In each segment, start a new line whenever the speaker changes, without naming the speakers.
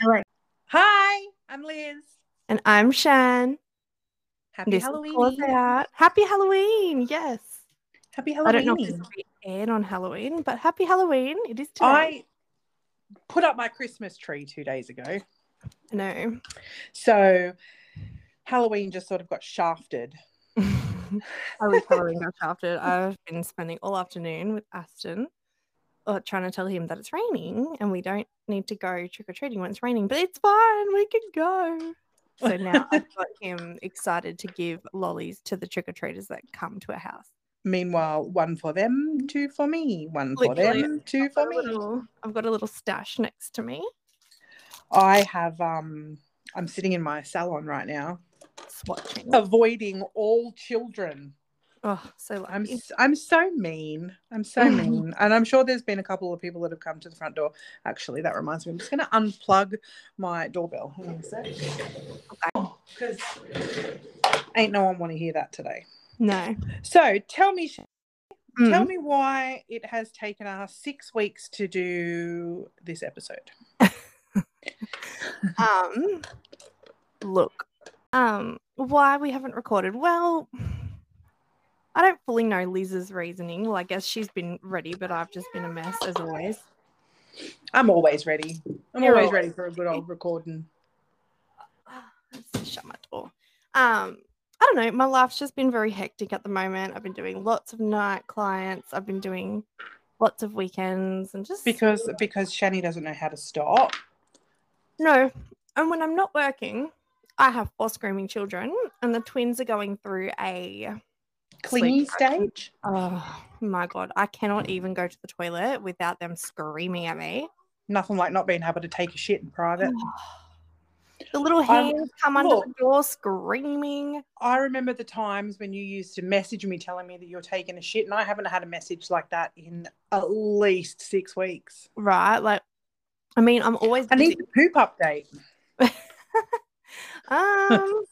Hello.
Hi, I'm Liz.
And I'm Shan.
Happy
This is
Halloween.
Claudette. Happy Halloween. Yes.
Happy
I don't know if this
Halloween.
will be aired on Halloween, but happy Halloween. It is today.
I put up my Christmas tree two days ago.
I know.
So Halloween just sort of got shafted.
I was Halloween got after. I've been spending all afternoon with Aston uh, trying to tell him that it's raining and we don't need to go trick or treating when it's raining, but it's fine. We can go. So now I've got him excited to give lollies to the trick or treaters that come to our house.
Meanwhile, one for them, two for me, one for
Literally,
them, two
I've
for
got a
me.
little- I've got a little stash next to me.
I have um I'm sitting in my salon right now,
Swatching.
avoiding all children.
Oh, so
I'm
lucky.
s- I'm so mean. I'm so mean, and I'm sure there's been a couple of people that have come to the front door. Actually, that reminds me. I'm just going to unplug my doorbell. Hang on a sec. Because ain't no one want to hear that today.
No.
So tell me, Sh- tell
Mm.
me why it has taken us six weeks to do this episode.
Um, look. Um, why we haven't recorded? Well, I don't fully know Liz's reasoning. Well, I guess she's been ready, but I've just been a mess as always.
I'm always ready. I'm
You're
always
always
ready for a good old recording.
Let's Shut my door. Um, I don't know. My life's just been very hectic at the moment. I've been doing lots of night clients. I've been doing lots of weekends and just
Because because Shani doesn't know how to stop.
No. And when I'm not working, I have four screaming children, and the twins are going through a.
Clingy
Sleep action.
stage.
Oh my God. I cannot even go to the toilet without them screaming at me.
Nothing like not being able to take a shit in private.
The little
I've-
hands come under the
look.
door screaming.
I remember the times when you used to message me telling me that you're taking a shit, and I haven't had a message like that in at least six weeks.
Right. Like, I mean, I'm always.
I
busy.
need the poop update.
Um,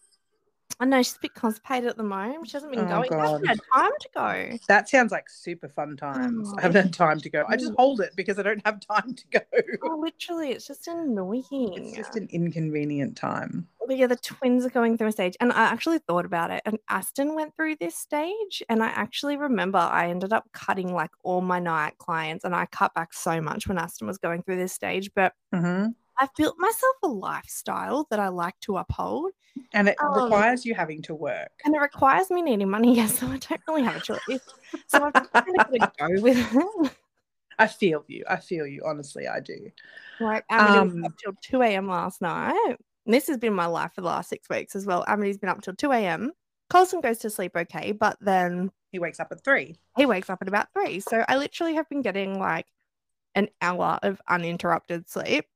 I know she's a bit constipated at the moment. She hasn't been
Oh,
going. I haven't
God.
had time to go.
That sounds like super fun times.
Oh. Mm.
I haven't had time to go. I just hold it because I don't have time to go.
Oh, literally, it's just annoying.
It's just an inconvenient time.
But yeah, the twins are going through a stage. And I actually thought about it. And Aston went through this stage. And I actually remember I ended up cutting like all my night clients. And I cut back so much when Aston was going through this stage. But
Mhm.
I've built myself a lifestyle that I like to uphold.
And it
Um,
requires you having to work.
And it requires me needing money. Yes. So I don't really have a choice. So I've just kind of got to go with it.
I feel you. I feel you. Honestly, I do.
Like, Amity
Um,
was up till 2 a.m. last night. And this has been my life for the last six weeks as well. Amity's been up till 2 a.m. Colson goes to sleep okay, but then
He wakes up at three.
he wakes up at about three. So I literally have been getting like an hour of uninterrupted sleep.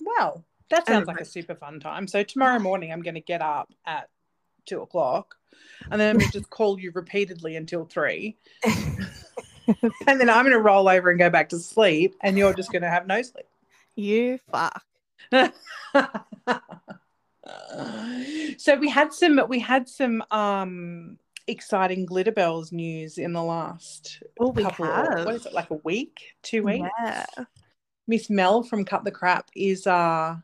Well, that
And
sounds
then
like a super fun time. So tomorrow morning, I'm going to get up at two o'clock, and then I'm going to just call you repeatedly until three, and then I'm going to roll over and go back to sleep, and you're just going to have no sleep.
you fuck.
so we had some we had some um exciting glitter bells news in the last
Well, we
couple
have.
of, what is it like a week two weeks
Yeah.
Miss Mel from Cut the Crap is uh,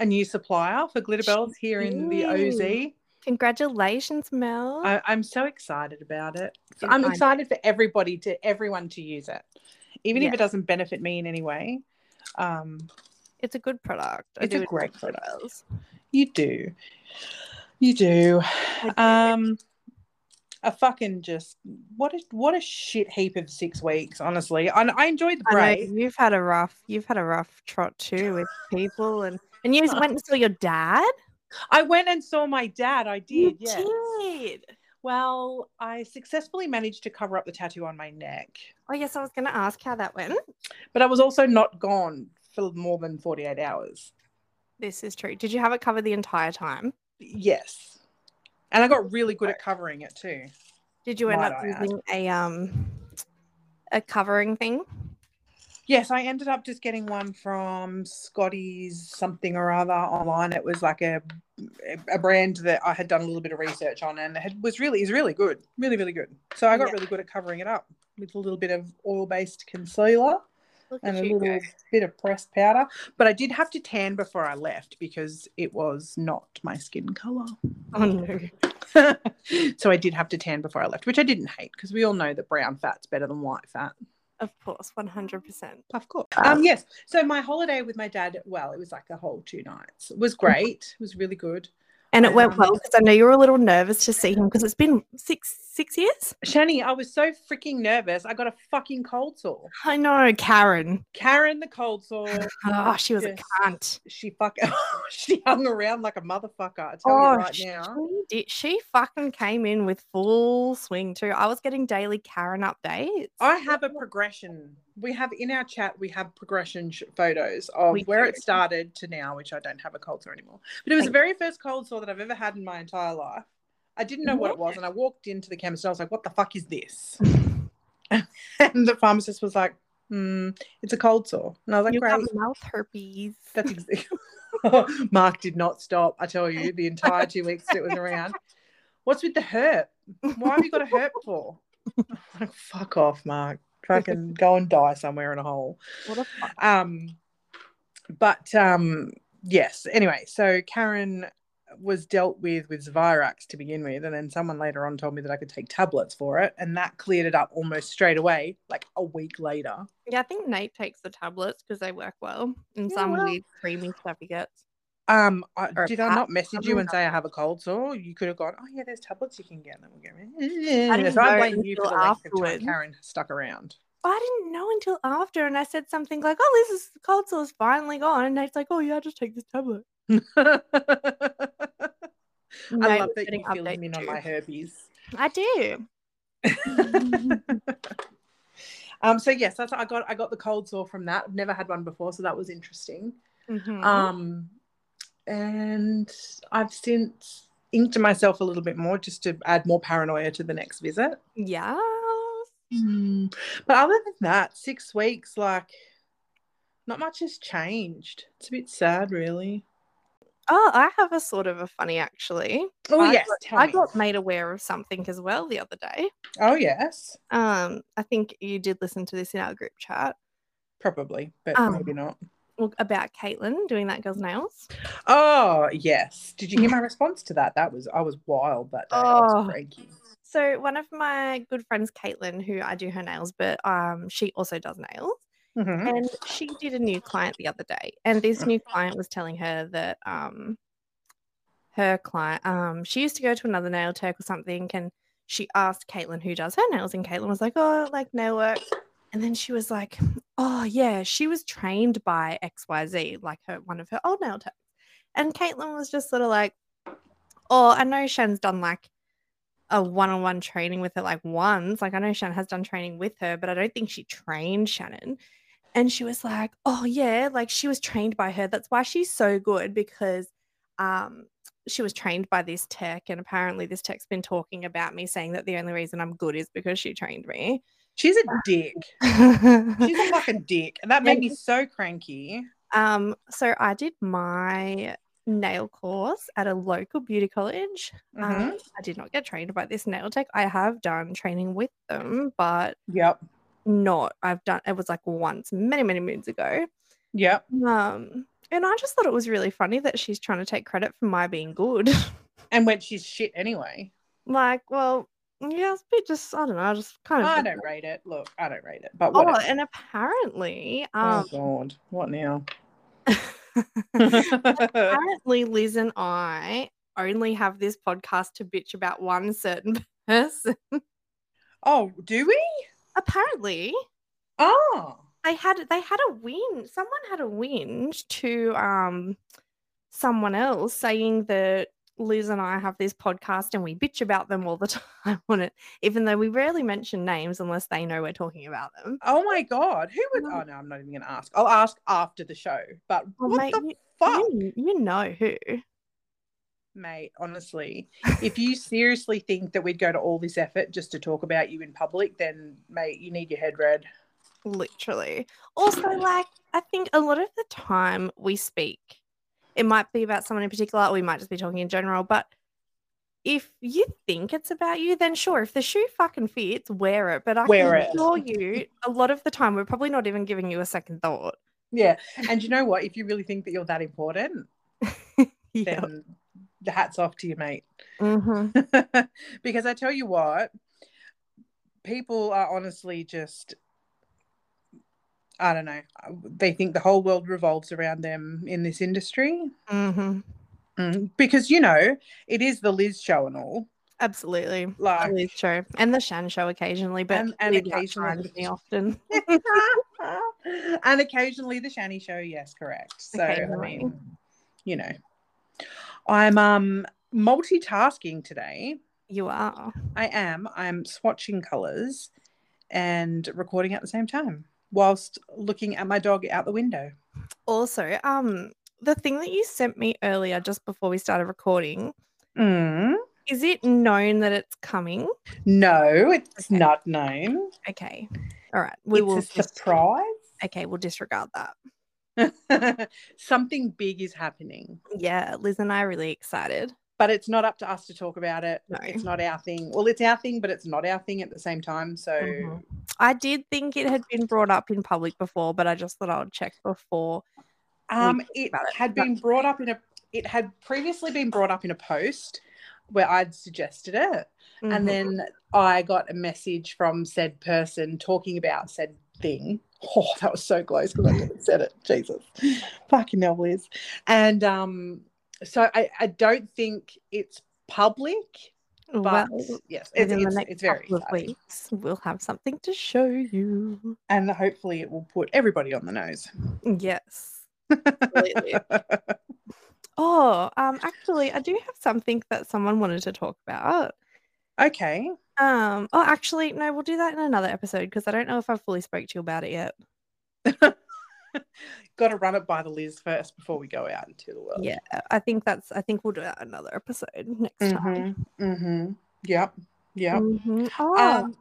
a new supplier for Glitter
She
Bells here in the
is.
OZ.
Congratulations, Mel.
I, I'm so excited about it. So
And
I'm
I'm-
excited for everybody to everyone to use it, even if
Yeah.
it doesn't benefit me in any way. Um,
it's a good product. I
It's a
do
great
enjoy the
product.
bells.
you do, you do.
I do.
Um, a fucking just what a what a shit heap of six weeks. Honestly, and I enjoyed the
I
break.
know you've had a rough, you've had a rough trot too with people, and and you went and saw your dad.
I went and saw my dad. I
You
did. yes.
did.
Well, I successfully managed to cover up the tattoo on my neck,
Oh yes, I was going to ask how that went.
but I was also not gone for more than 48 hours.
This is true. Did you have it covered the entire time?
Yes. And I got really good at covering it too.
Did you end
Might
up
I add.
using a um a covering thing?
Yes, I ended up just getting one from Scotty's something or other online. It was like a a brand that I had done a little bit of research on, and it had, was really is really good, really really good. So I got
Yeah.
really good at covering it up with a little bit of oil based concealer
Look
and
at
a
you
little
go.
bit of pressed powder. But I did have to tan before I left because it was not my skin color.
Oh no.
so I did have to tan before I left, which I didn't hate because we all know that brown fat's better than white fat.
Of course, one hundred percent.
Of course. Um, yes. So my holiday with my dad, well, it was like a whole two nights. It was great. It was really good.
And it went
Um,
well because I know you were a little nervous to see him because it's been six six years.
Shani, I was so freaking nervous. I got a fucking cold sore.
I know, Karen.
Karen the cold sore.
Oh, she was
Yes.
a cunt.
She fuck she hung around like a motherfucker. I tell
Oh,
you right
she,
now.
did- she fucking came in with full swing too. I was getting daily Karen updates.
I have a progression. We have in our chat, we have progression sh- photos of
We
where
do.
it started to now, which I don't have a cold sore anymore. But it was the very first cold sore that I've ever had in my entire life. I didn't know what it was. And I walked into the chemist and I was like, what the fuck is this? and the pharmacist was like, hmm, it's a cold sore. And I was like,
you
great.
got mouth herpes.
That's exactly. Mark did not stop. I tell you, the entire two weeks that it was around. What's with the hurt? Why have you got a hurt for? I'm like, fuck off, Mark. Fucking go and die somewhere in a hole.
What a fuck.
Um, but um, yes. Anyway, so Karen was dealt with with Xyrax to begin with, and then someone later on told me that I could take tablets for it, and that cleared it up almost straight away, like a week later.
Yeah, I think Nate takes the tablets because they work well and
Yeah,
some
well.
weird creamy stuff he gets.
Um, I,
Or a
did I
pat-
not message you
something
and say I have a cold sore? You could have gone, oh yeah, there's tablets you can get. And then we'll get
I
rid of it.
didn't
So I'm
know
blaming you for the length of
until
time
afterwards.
Karen stuck around.
I didn't know until after, and I said something like, "Oh, this is the cold sore's finally gone," and Nate's like, "Oh yeah, just take this tablet."
I
Nate
love
was
that you
getting
filled
updates
me in on
too.
my herpes.
I do.
um, so yes, that's I got I got the cold sore from that. I've never had one before, so that was interesting.
Mhm.
Um, and I've since inked myself a little bit more just to add more paranoia to the next visit.
yeah. Oh,
Mm, but other than that, six weeks, like, not much has changed. It's a bit sad, really.
Oh, I have a sort of a funny actually.
Oh,
I
yes.
got-
tell
I
me.
got made aware of something as well the other day.
Oh, yes.
Um, I think you did listen to this in our group chat
Probably, but
Um,
maybe not.
well, about Caitlin doing that girl's nails.
Oh, yes. Did you hear my response to that? That was, I was wild that day. I was
Oh.
cranky.
So one of my good friends, Caitlin, who I do her nails, but um, she also does nails.
Mhm.
and she did a new client the other day and this new client was telling her that um her client um she used to go to another nail tech or something and she asked Caitlin who does her nails and Caitlin was like oh like nail work and then she was like oh yeah she was trained by XYZ like her one of her old nail techs and Caitlin was just sort of like oh I know Shan's done like a one-on-one training with her like once like I know Shan has done training with her but I don't think she trained Shannon and she was like, "Oh yeah, like she was trained by her. That's why she's so good because um she was trained by this tech and apparently this tech's been talking about me saying that the only reason I'm good is because she trained me."
She's a dick. She's a fucking dick. And that made
And-
me so cranky.
um so I did my nail course at a local beauty college.
Mhm.
Um, I did not get trained by this nail tech. I have done training with them, but
Yep.
not I've done it was like once many many moons ago.
Yep.
Um, and I just thought it was really funny that she's trying to take credit for my being good.
And when she's shit anyway.
like, well, yeah, it's a bit just I don't know, I just kind of.
I
did
don't
that.
rate it. Look, I don't rate it. But
Oh,
what?
and apparently,
Oh,
um,
God. What now?
apparently Liz and I only have this podcast to bitch about one certain person.
oh, do we?
apparently,
Oh,
they had they had a win. Someone had a win to um someone else saying that Liz and I have this podcast and we bitch about them all the time on it, even though we rarely mention names unless they know we're talking about them.
oh my God. Who would?
No.
Oh, no, I'm not even going to ask. I'll ask after the show. But
Oh,
what
mate,
the
you-
fuck,
You, you know who?
mate? Honestly, if you seriously think that we'd go to all this effort just to talk about you in public, then, mate, you need your head read.
Literally. Also, like, I think a lot of the time we speak, it might be about someone in particular, or we might just be talking in general, but if you think it's about you, then sure, if the shoe fucking fits, wear it. But I
Wear
can
it.
assure you, a lot of the time, we're probably not even giving you a second thought.
Yeah. And you know what? If you really think that you're that important,
Yeah.
then the hats off to you, mate.
hmm
because I tell you what, people are honestly just, I don't know, they think the whole world revolves around them in this industry.
hmm
Mm, Because, you know, it is the Liz show and all.
Absolutely.
Like,
Always show and the Shan show occasionally, but
And- and
leave that
occasionally-
behind me often.
and occasionally the Shani show, yes, correct. So, I
Occasionally.
mean, you know, I'm um multitasking today.
You are.
I am. I'm swatching colors and recording at the same time whilst looking at my dog out the window.
Also, um, the thing that you sent me earlier, just before we started recording,
Mm.
is it known that it's coming?
No, it's
Okay.
not known.
Okay. All right. We
it's
will.
a
dis-
surprise.
okay, we'll disregard that.
Something big is happening,
Yeah, Liz and I are really excited.
but it's not up to us to talk about it.
No.
It's not our thing. Well, it's our thing, but it's not our thing at the same time. So,
Mhm. I did think it had been brought up in public before, but I just thought I would check before.
Um, it
about it,
had
but-
been brought up in a. It had previously been brought up in a post where I'd suggested it,
Mhm.
and then I got a message from said person talking about said thing. Oh, that was so close because I could have said it. Jesus, fucking hell, Liz. And um, so I, I don't think it's public, but
well,
yes, it's,
within the
it's,
next
it's very
couple of
exciting.
weeks, we'll have something to show you.
and hopefully it will put everybody on the nose.
Yes. Absolutely. oh, um, actually, I do have something that someone wanted to talk about.
okay,
Um, oh, actually, no, we'll do that in another episode because I don't know if I fully spoke to you about it yet.
got to run it by the Liz first before we go out into the world.
Yeah, I think that's. I think we'll do that in another episode next time.
Mm-hmm. Mm-hmm. Yep. Mm-hmm. Yep.
Mhm. Oh,
Um,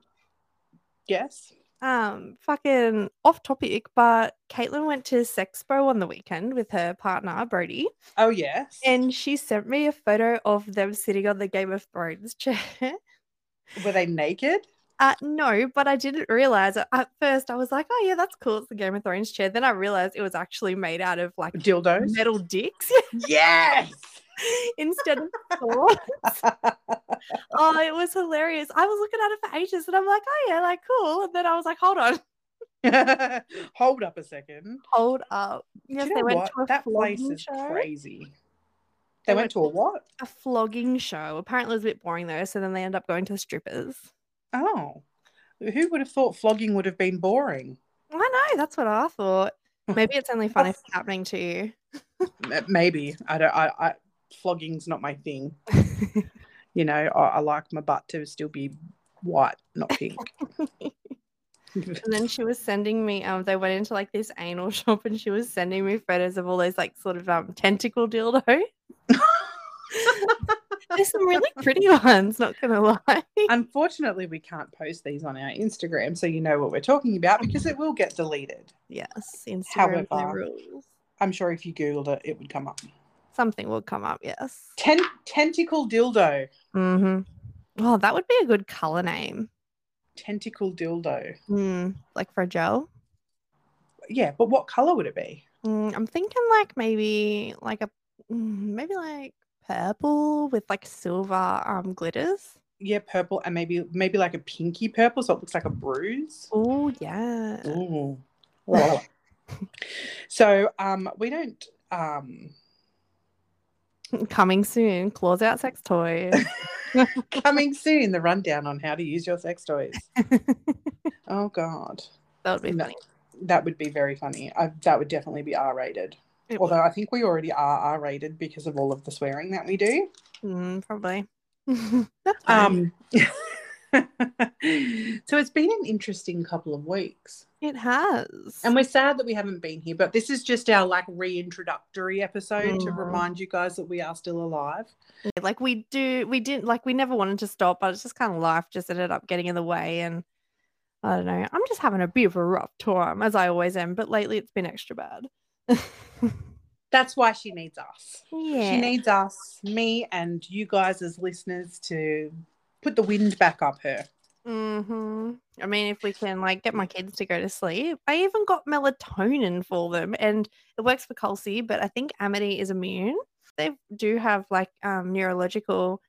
yes.
um, fucking off topic, but Caitlin went to Sexpo on the weekend with her partner Brody,
Oh, yes.
and she sent me a photo of them sitting on the Game of Thrones chair.
were they naked?
Uh, no, but I didn't realize it. at first. I was like, oh yeah, that's cool. It's the Game of Thrones chair. Then I realized it was actually made out of like
Dildos.
metal dicks
Yes.
instead of swords. oh, it was hilarious. I was looking at it for ages, and I'm like, oh yeah, like cool. And then I was like, hold on,
Hold up a second.
hold up.
Do
Yes,
you know
they went
what?
to a
that place
flogging
is
show.
crazy. They,
They
went, to
went-
a what?
A flogging show. Apparently, it was a bit boring though. So then they end up going to the strippers.
Oh. Who would have thought flogging would have been boring?
I know. That's what I thought. Maybe it's only fun if it's happening to you.
M- Maybe. I don't I, I flogging's not my thing. You know, I, I like my butt to still be white, not pink.
And then she was sending me, um, they went into like this anal shop and she was sending me photos of all those like sort of um tentacle dildo. There's some really pretty ones, not gonna lie.
Unfortunately, we can't post these on our Instagram, so you know what we're talking about because it will get deleted.
Yes, Instagram no
However-
rules.
I'm sure if you Googled it, it would come up.
Something will come up, yes.
Ten- tentacle dildo.
Mm-hmm. Oh, that would be a good color name.
Tentacle dildo.
Mm, like for a gel.
Yeah, but what color would it be?
Mm, I'm thinking like maybe like a mm, maybe like purple with like silver um glitters.
Yeah, purple and maybe maybe like a pinky purple, so it looks like a bruise.
Oh yeah.
Ooh. Wow. so um, we don't. Um,
Coming soon. Claws out sex toys.
coming soon, the rundown on how to use your sex toys. oh God,
That would be
No,
funny.
that would be very funny. I, that would definitely be R rated.
It
Although I think we already are R rated because of all of the swearing that we do.
would. Mm, probably. That's
Um,
fine.
so it's been an interesting couple of weeks.
it has.
And we're sad that we haven't been here, but this is just our like reintroductory episode to
Mm.
remind you guys that we are still alive.
Yeah, like we do, we didn't like we never wanted to stop, but it's just kind of life just ended up getting in the way, and I don't know. I'm just having a bit of a rough time, as I always am, but lately it's been extra bad.
That's why she needs us.
yeah.
She needs us, me, and you guys as listeners to put the wind back up her.
hmm I mean, if we can like get my kids to go to sleep, I even got melatonin for them, and it works for Colsey, but I think Amity is immune. They do have like um, neurological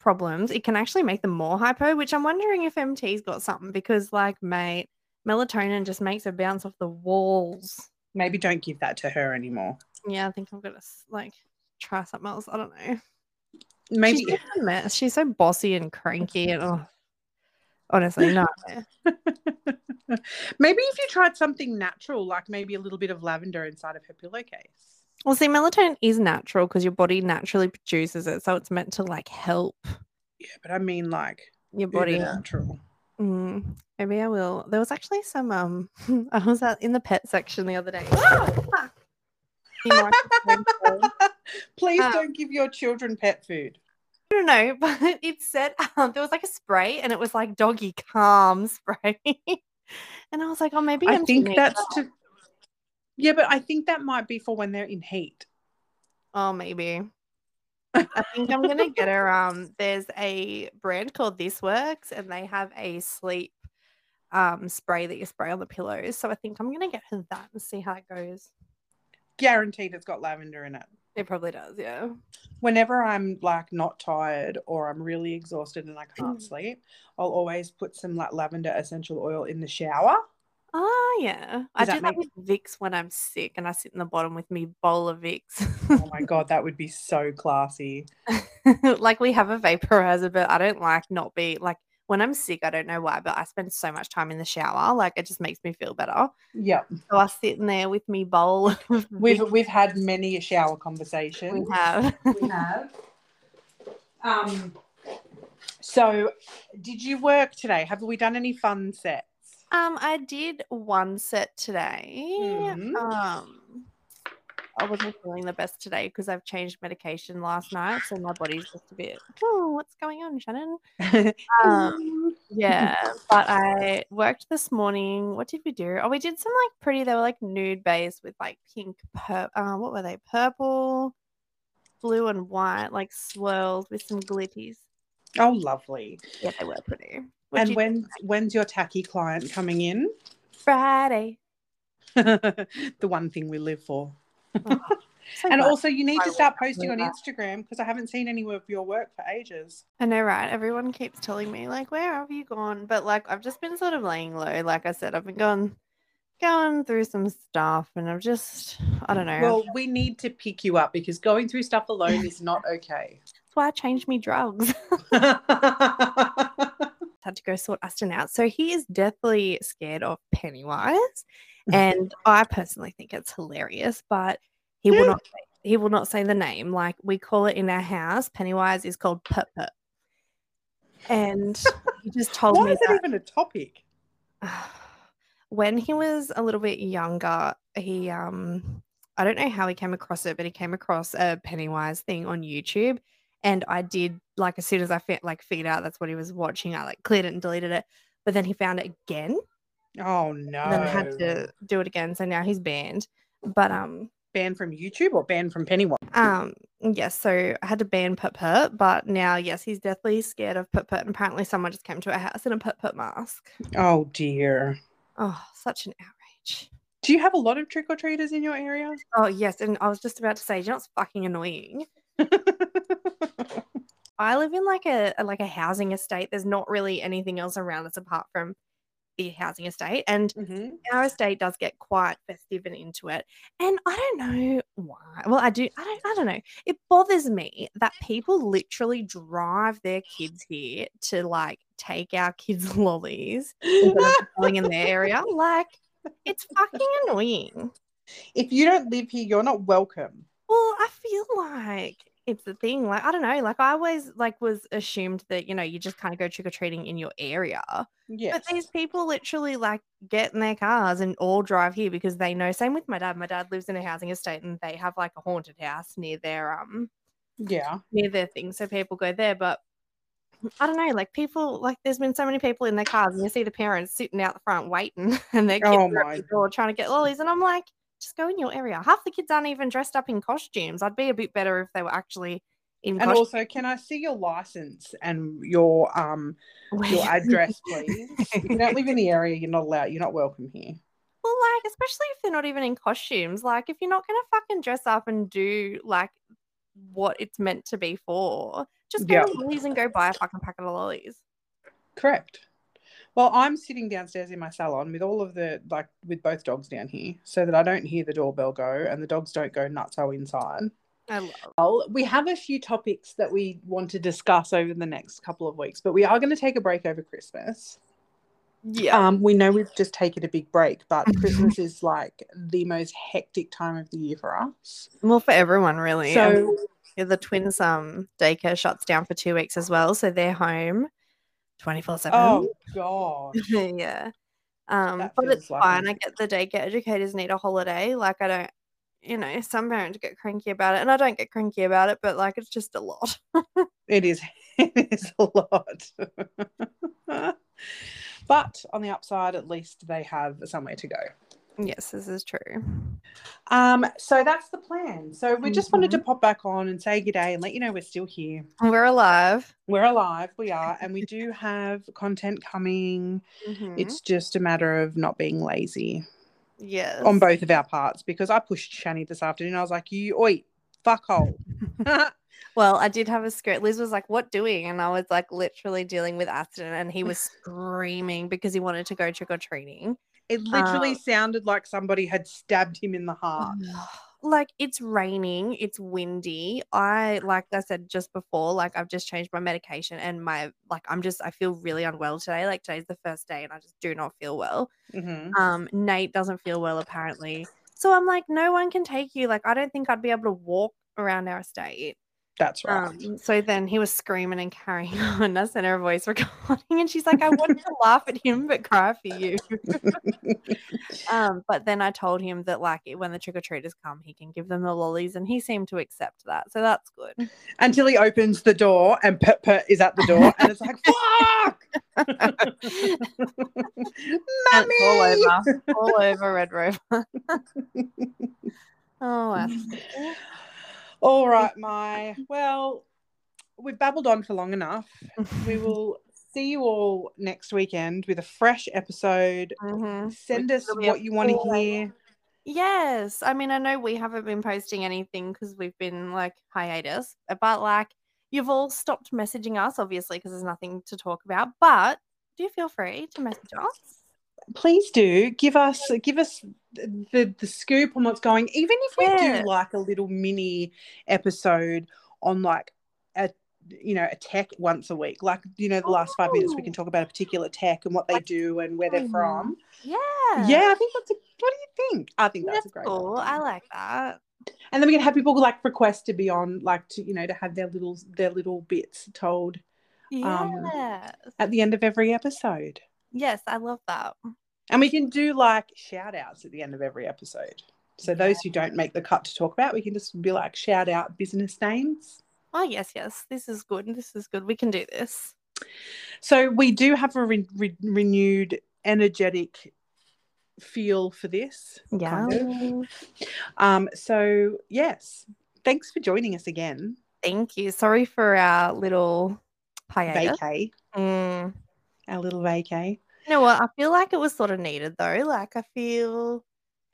problems. It can actually make them more hypo, which I'm wondering if MT's got something because, like, mate, melatonin just makes her bounce off the walls.
Maybe don't give that to her anymore.
Yeah, I think I'm gonna s- like try something else. I don't know.
Maybe
She's just a mess. She's so bossy and cranky, and oh, honestly, no.
maybe if you tried something natural, like maybe a little bit of lavender inside of her pillowcase.
Well, see, melatonin is natural because your body naturally produces it, so it's meant to like help
Yeah, but I mean like
your
uber
body.
natural.
Mm, maybe I will. There was actually some. Um, I was out in the pet section the other day.
Ah,
You know, I could go for-
Please
Um,
don't give your children pet food.
I don't know, but it said um, there was like a spray, and it was like doggy calm spray, and I was like, oh, maybe
I
I'm
think
thinking-
that's to Yeah, but I think that might be for when they're in heat.
Oh, maybe. I think I'm gonna get her. Um, there's a brand called This Works, and they have a sleep um spray that you spray on the pillows. So I think I'm gonna get her that and see how it goes.
Guaranteed it's got lavender in it.
It probably does, yeah.
whenever I'm like not tired or I'm really exhausted and I can't sleep, I'll always put some like lavender essential oil in the shower.
Oh yeah. I
Does
do
that make-
that with Vicks when I'm sick and I sit in the bottom with me bowl of Vicks.
Oh my god, that would be so classy.
like we have a vaporizer, but I don't like not be like when I'm sick, I don't know why, but I spend so much time in the shower. Like it just makes me feel better.
Yeah,
So I sit in there with me bowl of
we've
Vicks
we've had many a shower conversation.
we have.
We have. Um. So, did you work today? Have we done any fun sets?
Um, I did one set today.
Mhm.
Um, I wasn't feeling the best today because I've changed medication last night, so my body's just a bit. Oh, what's going on, Shannon? Um, yeah, but I worked this morning. What did we do? Oh, we did some like pretty. They were like nude base with like pink, purple. Uh, what were they? Purple, blue, and white, like swirled with some glitties.
oh, lovely.
Yeah, they were pretty. What'd
And
you do?
when when's your tacky client coming in?
Friday.
the one thing we live for.
So
and
glad.
also you need
I
to
will
start posting on
definitely
instagram because i haven't seen any of your work for ages
I know, right? Everyone keeps telling me, like, where have you gone? But like, I've just been sort of laying low. Like I said, I've been going, going through some stuff, and I've just, I don't know.
well we need to pick you up because going through stuff alone is not okay
that's why I changed me drugs. Had to go sort Aston out. So he is deathly scared of Pennywise,
Mm-hmm.
and I personally think it's hilarious. But he will not. He will not say the name. Like we call it in our house, Pennywise is called Put Put. And he just told
why
me
is it
that.
even a topic
when he was a little bit younger, he um I don't know how he came across it, but he came across a Pennywise thing on YouTube. And I did like as soon as I fe- like figured out that's what he was watching, I like cleared it and deleted it. But then he found it again,
oh no
and then I had
Oh.
to do it again. So now he's banned. But um
banned from youtube or banned from pennywise
um yes, so I had to ban Put Put, but now yes, he's deathly scared of Put Put. And apparently, someone just came to our house in a Put Put mask.
oh dear
Oh, such an outrage.
do you have a lot of trick-or-treaters in your area
Oh yes, and I was just about to say, you know, it's fucking annoying. I live in like a a- like a housing estate. There's not really anything else around us apart from the housing estate, and
Mhm.
our estate does get quite festive and into it. And I don't know why. Well, I do. I don't. I don't know. It bothers me that people literally drive their kids here to like take our kids' lollies going in their area. Like, it's fucking annoying.
if you don't live here you're not welcome
Well, I feel like it's the thing. Like I don't know. Like I always like was assumed that you know you just kind of go trick or treating in your area,
yes
but these people literally like get in their cars and all drive here because they know. Same with my dad. My dad lives in a housing estate and they have like a haunted house near their um
yeah
near their thing, so people go there. But I don't know, like people, like there's been so many people in their cars, and you see the parents sitting out the front waiting, and their kids
Oh
are
my
at the door trying to get lollies, and I'm like, just go in your area. Half the kids aren't even dressed up in costumes. I'd be a bit better if they were actually
And
in costumes.
also, can I see your license and your um your address, please? if you don't live in the area, you're not allowed. You're not welcome here.
Well, like, especially if they're not even in costumes, like, if you're not going to fucking dress up and do like what it's meant to be for, just go
Yeah.
to lollies and go buy a fucking packet of lollies.
Correct. Well, I'm sitting downstairs in my salon with all of the like with both dogs down here, so that I don't hear the doorbell go and the dogs don't go nutso inside.
I love.
Well, we have a few topics that we want to discuss over the next couple of weeks, but we are going to take a break over Christmas.
Yeah.
Um, we know we've just taken a big break, but Christmas is like the most hectic time of the year for us.
well, for everyone, really. So
So
the twins' um daycare shuts down for two weeks as well, so they're home twenty four seven.
Oh god.
Yeah. Um,
That
but
feels
it's
like
fine.
an
I get the daycare educators need a holiday. Like I don't, you know, some parents get cranky about it, and I don't get cranky about it. But like, it's just a lot.
It is it is a lot. but on the upside, at least they have somewhere to go.
Yes, this is true.
Um, so that's the plan. So we just wanted to pop back on and say good day and let you know we're still here.
We're alive.
We're alive, we are, and we do have content coming.
It's
It's just a matter of not being lazy
yes.
on both of our parts because I pushed Shani this afternoon. I was like, you oi, fuckhole.
Well, I did have a script. Liz was like, "What doing?" And I was like, literally dealing with Aston, and he was screaming because he wanted to go trick or treating.
it literally
Um,
sounded like somebody had stabbed him in the heart.
Uh, like it's raining, it's windy. I like I said just before, like I've just changed my medication and my like I'm just I feel really unwell today. Like today's the first day and I just do not feel well.
Mhm.
Um Nate doesn't feel well apparently. So I'm like no one can take you. Like I don't think I'd be able to walk around our estate.
That's right.
Um, so then he was screaming and carrying on. I sent her a voice recording, and she's like, "I wanted to laugh at him, but cry for you." um, but then I told him that, like, it- when the trick or treaters come, he can give them the lollies, and he seemed to accept that. So that's good.
until he opens the door and Pet Pet is at the door and it's like fuck
And it's all
Mummy!
over, all over Red Rover. oh, that's-
all right my well we've babbled on for long enough we will see you all next weekend with a fresh episode
Mhm.
send
Which
us
will be a
what you want to
full-
hear
Yes. I mean, I know we haven't been posting anything because we've been like hiatus, uh, but like you've all stopped messaging us, obviously, because there's nothing to talk about. But do feel free to message us.
please do give us give us the the, the scoop on what's going even if we
Yeah.
do like a little mini episode on like a you know a tech once a week like you know the last five minutes we can
Ooh.
talk about a particular tech and what they do and where they're
Mhm.
from
Yeah.
yeah i think that's a what do you think i think that's,
That's,
a great
cool.
idea.
I like that.
and then we can have people like request to be on like to you know to have their little their little bits told Um,
Yes.
at the end of every episode
yes, I love that.
And we can do like shout outs at the end of every episode. So those who don't make the cut to talk about, we can just be like shout out business names.
Oh, yes, yes. This is good. This is good. We can do this.
So we do have a re- re- renewed energetic feel for this.
Yeah.
kind of. Um, so yes, thanks for joining us again,
Thank you. Sorry for our little hiatus.
vacay,
Mm.
our little vacay.
You know what? I feel like it was sort of needed though. Like I feel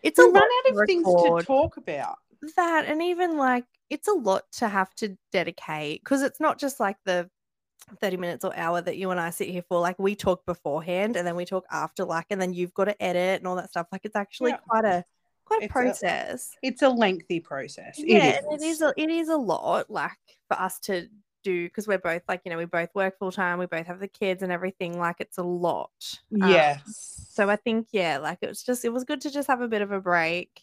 it's
We
a lot
run out of things to
record.
talk about.
that, and even like it's a lot to have to dedicate because it's not just like the thirty minutes or hour that you and I sit here for. Like we talk beforehand, and then we talk after, like, and then you've got to edit and all that stuff. Like it's actually
Yeah.
quite a quite a
It's a-
process.
It's a lengthy process.
yeah, and it is a, it is a lot like for us to do because we're both like you know we both work full time, we both have the kids and everything. Like it's a lot. Um,
Yes.
so I think yeah, like it was just it was good to just have a bit of a break.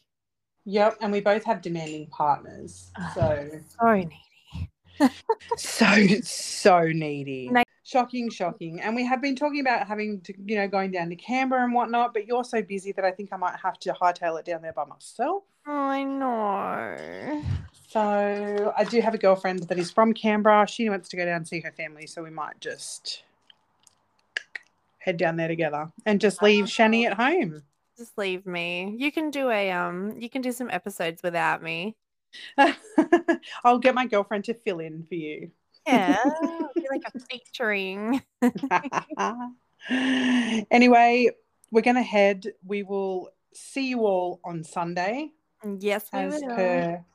Yep, and we both have demanding
Ah.
partners. So
Sorry, Nate.
so so needy.
Na-
Shocking, shocking. And we have been talking about having to, you know, going down to Canberra and whatnot, but you're so busy that I think I might have to hightail it down there by myself.
Oh, I know.
So I do have a girlfriend that is from Canberra. She wants to go down and see her family, so we might just head down there together and just leave Shani at home.
Just leave me. You can do a um. You can do some episodes without me.
I'll get my girlfriend to fill in for you.
Yeah, it'll be like a featuring.
anyway, we're gonna head. We will see you all on Sunday
Yes, we
as
will.
per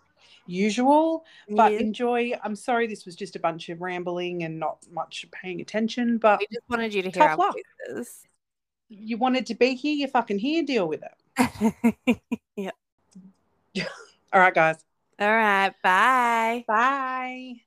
usual. But
Yes.
enjoy. I'm sorry this was just a bunch of rambling and not much paying attention, but
we just wanted you to hear
Tough
our
luck.
voices.
you wanted to be here, you're fucking here, deal with it. All right, guys.
All right, bye.
Bye.